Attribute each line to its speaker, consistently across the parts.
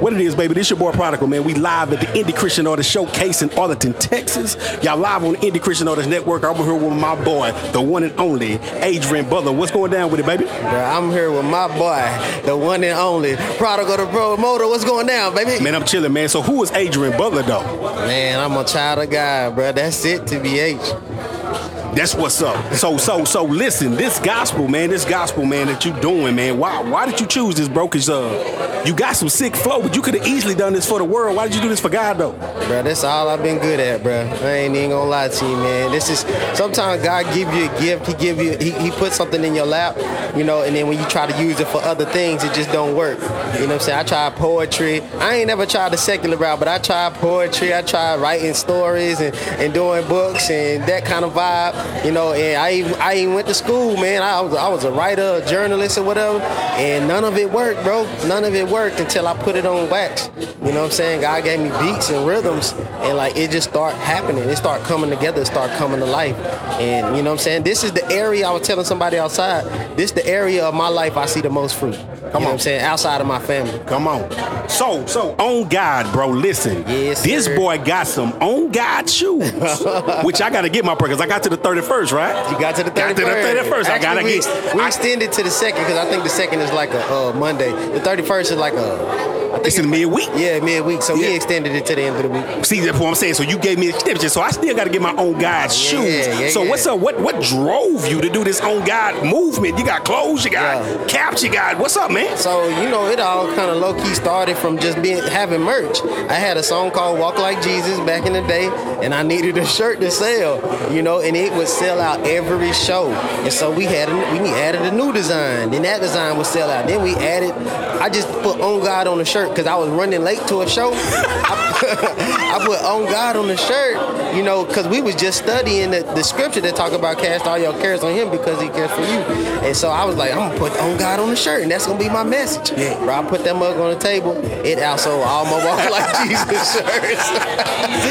Speaker 1: What it is, baby? This your boy Prodigal, man. We live at the Indie Christian Artist Showcase in Arlington, Texas. Y'all live on the Indie Christian Artist Network. I'm here with my boy, the one and only Adrian Butler. What's going down with it, baby?
Speaker 2: Bro, I'm here with my boy, the one and only Prodigal the Promoter. What's going down, baby?
Speaker 1: Man, I'm chilling, man. So who is Adrian Butler, though?
Speaker 2: Man, I'm a child of God, bro. That's it, TBH.
Speaker 1: That's what's up. So, so, so, listen. This gospel, man. This gospel, man. That you doing, man. Why, why did you choose this, bro? Cause uh, you got some sick flow, but you could have easily done this for the world. Why did you do this for God, though?
Speaker 2: Bro, that's all I've been good at, bro. I ain't even gonna lie to you, man. This is sometimes God give you a gift. He give you he, he puts something in your lap, you know, and then when you try to use it for other things, it just don't work. You know what I'm saying? I tried poetry. I ain't never tried the secular route, but I tried poetry. I tried writing stories and, and doing books and that kind of vibe, you know. And I even I even went to school, man. I was I was a writer, a journalist, or whatever, and none of it worked, bro. None of it worked until I put it on wax. You know what I'm saying? God gave me beats and rhythms, and like it just start happening. It start coming together. It start coming to life. And you know what I'm saying? This is the area I was telling somebody outside. This the area of my life I see the most fruit. Come you know
Speaker 1: on.
Speaker 2: what I'm saying? Outside of my family.
Speaker 1: Come on. So, so on God, bro. Listen,
Speaker 2: Yes,
Speaker 1: this
Speaker 2: sir.
Speaker 1: boy got some on God shoes, which I gotta get my because I got to the thirty first, right?
Speaker 2: You got to the 31st.
Speaker 1: Got to the 31st. I
Speaker 2: Actually,
Speaker 1: gotta
Speaker 2: we,
Speaker 1: get.
Speaker 2: We
Speaker 1: I-
Speaker 2: extended to the second because I think the second is like a uh, Monday. The 31st is like a. I think
Speaker 1: It's in
Speaker 2: like-
Speaker 1: midweek.
Speaker 2: Yeah, midweek. So
Speaker 1: Yeah.
Speaker 2: we extended it to the end of the week.
Speaker 1: See, that's what I'm saying. So you gave me extension, so I still got to get my own God shoes.
Speaker 2: yeah,
Speaker 1: so
Speaker 2: yeah.
Speaker 1: what's up? What what drove you to do this own God movement? You got clothes, you got
Speaker 2: Yeah.
Speaker 1: caps, you got. What's up, man?
Speaker 2: So you know, it all kind of low key started from just being having merch. I had a song called "Walk Like Jesus" back in the day, and I needed a shirt to sell. You know, and it would sell out every show. And so we had a, we added a new design. Then that design would sell out. Then we added. I just put "On God" on the shirt because I was running late to a show. I put on God on the shirt, you know, because we was just studying the, the scripture that talk about cast all your cares on him because he cares for you. And so I was like, I'm gonna put on God on the shirt, and that's gonna be my message.
Speaker 1: Yeah.
Speaker 2: Bro, I put that mug on the table, it outsold all my walk like Jesus shirts.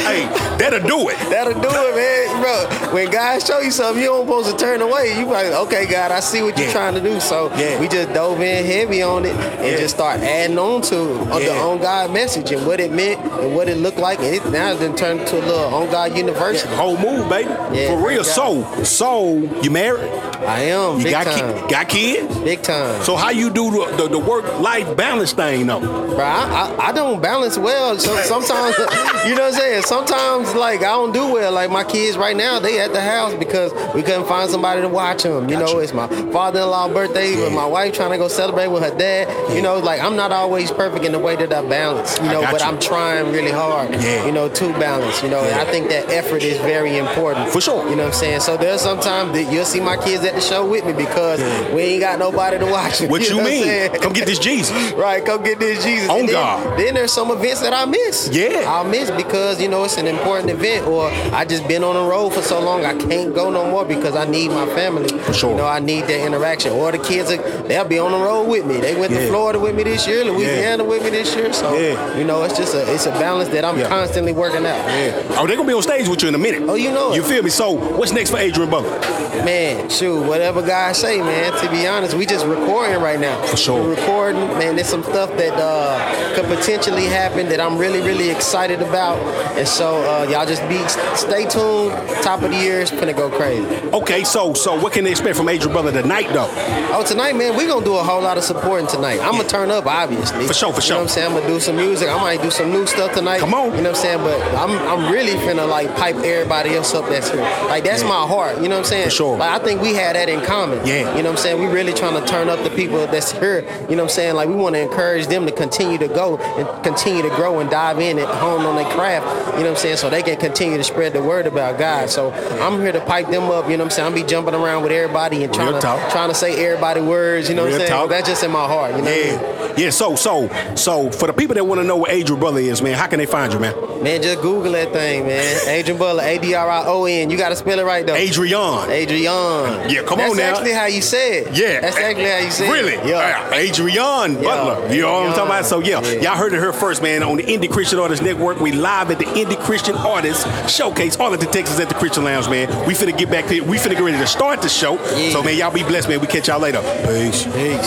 Speaker 1: hey, that'll do it.
Speaker 2: That'll do it, man. Bro, when God show you something, you don't supposed to turn away. You like, okay, God, I see what you're
Speaker 1: Yeah.
Speaker 2: trying to do. So
Speaker 1: Yeah.
Speaker 2: we just dove in heavy on it and
Speaker 1: Yeah.
Speaker 2: just start adding on to on the
Speaker 1: Yeah.
Speaker 2: on God message and what it meant and what it looked like. And it now it's been turned to a little on God university.
Speaker 1: Whole move, baby.
Speaker 2: Yeah,
Speaker 1: For real.
Speaker 2: thank
Speaker 1: So, so you married?
Speaker 2: I am
Speaker 1: You
Speaker 2: big
Speaker 1: got
Speaker 2: time.
Speaker 1: Kid, got kids?
Speaker 2: Big time.
Speaker 1: So how you do the, the, the work life balance thing though?
Speaker 2: Bro, I, I, I don't balance well. So, sometimes, you know what I'm saying? Sometimes, like, I don't do well. Like, my kids right now, they at the house because we couldn't find somebody to watch them. You
Speaker 1: Gotcha.
Speaker 2: know, it's my father-in-law birthday, but my wife trying to go celebrate with her dad. You know, like, I'm not always perfect in the way that I balance, you
Speaker 1: I
Speaker 2: know,
Speaker 1: got
Speaker 2: but
Speaker 1: you.
Speaker 2: I'm trying really hard,
Speaker 1: Yeah.
Speaker 2: you know, to balance, you know. And I think that effort is very important.
Speaker 1: For sure.
Speaker 2: You know what I'm saying? So there's sometimes that you'll see my kids at the show with me because we ain't got nobody to watch them.
Speaker 1: What you,
Speaker 2: know I'm
Speaker 1: mean?
Speaker 2: saying?
Speaker 1: Come get this Jesus.
Speaker 2: Right, come get this Jesus.
Speaker 1: On
Speaker 2: And then,
Speaker 1: God.
Speaker 2: Then there's some events that I miss.
Speaker 1: Yeah.
Speaker 2: I'll miss because, you know, it's an important event or I just been on the road for so long I can't go no more because I need my family. For
Speaker 1: sure.
Speaker 2: You know, I need that interaction. Or the kids, are, they'll be on the road with me. They went
Speaker 1: Yeah.
Speaker 2: to Florida with me this year, Louisiana with me this year. So,
Speaker 1: Yeah.
Speaker 2: you know, it's just a it's a balance that I'm
Speaker 1: Yeah.
Speaker 2: constantly working out.
Speaker 1: Oh, they gonna be on stage with you in a minute.
Speaker 2: Oh, you know it.
Speaker 1: You feel me? So what's next for Adrian Butler?
Speaker 2: Man, shoot, whatever God say, man. To be honest, we just recording right now. For
Speaker 1: sure.
Speaker 2: We're recording, man. There's some stuff that uh, could potentially happen that I'm really, really excited about. And so, uh, y'all just be stay tuned. Top of the year is gonna go crazy.
Speaker 1: Okay, so so what can they expect from Adrian Butler tonight though?
Speaker 2: Oh, tonight, man, we gonna do a whole lot of supporting tonight. I'm gonna turn up, obviously.
Speaker 1: For sure, for
Speaker 2: You know
Speaker 1: sure.
Speaker 2: what I'm saying? I'm gonna do some music. I might do some new stuff tonight.
Speaker 1: Come on.
Speaker 2: You know what I'm saying? But I'm I'm really finna like pipe everybody else up that's here. Like that's my heart. You know what I'm saying?
Speaker 1: For sure.
Speaker 2: Like I think we had that in common.
Speaker 1: Yeah.
Speaker 2: You know what I'm saying? We really trying to turn up the people that's here. You know what I'm saying? Like we want to encourage them to continue to go and continue to grow and dive in and hone on their craft. You know what I'm saying? So they can continue to spread the word about God. So I'm here to pipe them up. You know what I'm saying? I'm be jumping around with everybody and trying
Speaker 1: Real
Speaker 2: to
Speaker 1: talk.
Speaker 2: trying to say everybody words. You know what I'm
Speaker 1: Real
Speaker 2: saying?
Speaker 1: talk.
Speaker 2: That's just in my heart. You know. what I mean?
Speaker 1: Yeah. Yeah, so so so for the people that wanna know what Adrian Butler is, man, how can they find you, man?
Speaker 2: Man, just Google that thing, man. Adrian Butler, A D R I O N. You got to spell it right though.
Speaker 1: Adrian.
Speaker 2: Adrian.
Speaker 1: Yeah, come
Speaker 2: That's
Speaker 1: on now.
Speaker 2: actually how you say it.
Speaker 1: Yeah.
Speaker 2: That's actually how you say
Speaker 1: Really?
Speaker 2: it.
Speaker 1: Yeah. Adrian Butler. You know what I'm talking about? So, yeah,
Speaker 2: Yeah.
Speaker 1: y'all heard it here first, man, on the Indie Christian Artists Network. We live at the Indie Christian Artists Showcase, all of the Texas at the Christian Lounge, man. We finna get back to We finna get ready to start the show.
Speaker 2: Yeah.
Speaker 1: So, man, y'all be blessed, man. We catch y'all later. Peace.
Speaker 2: Peace.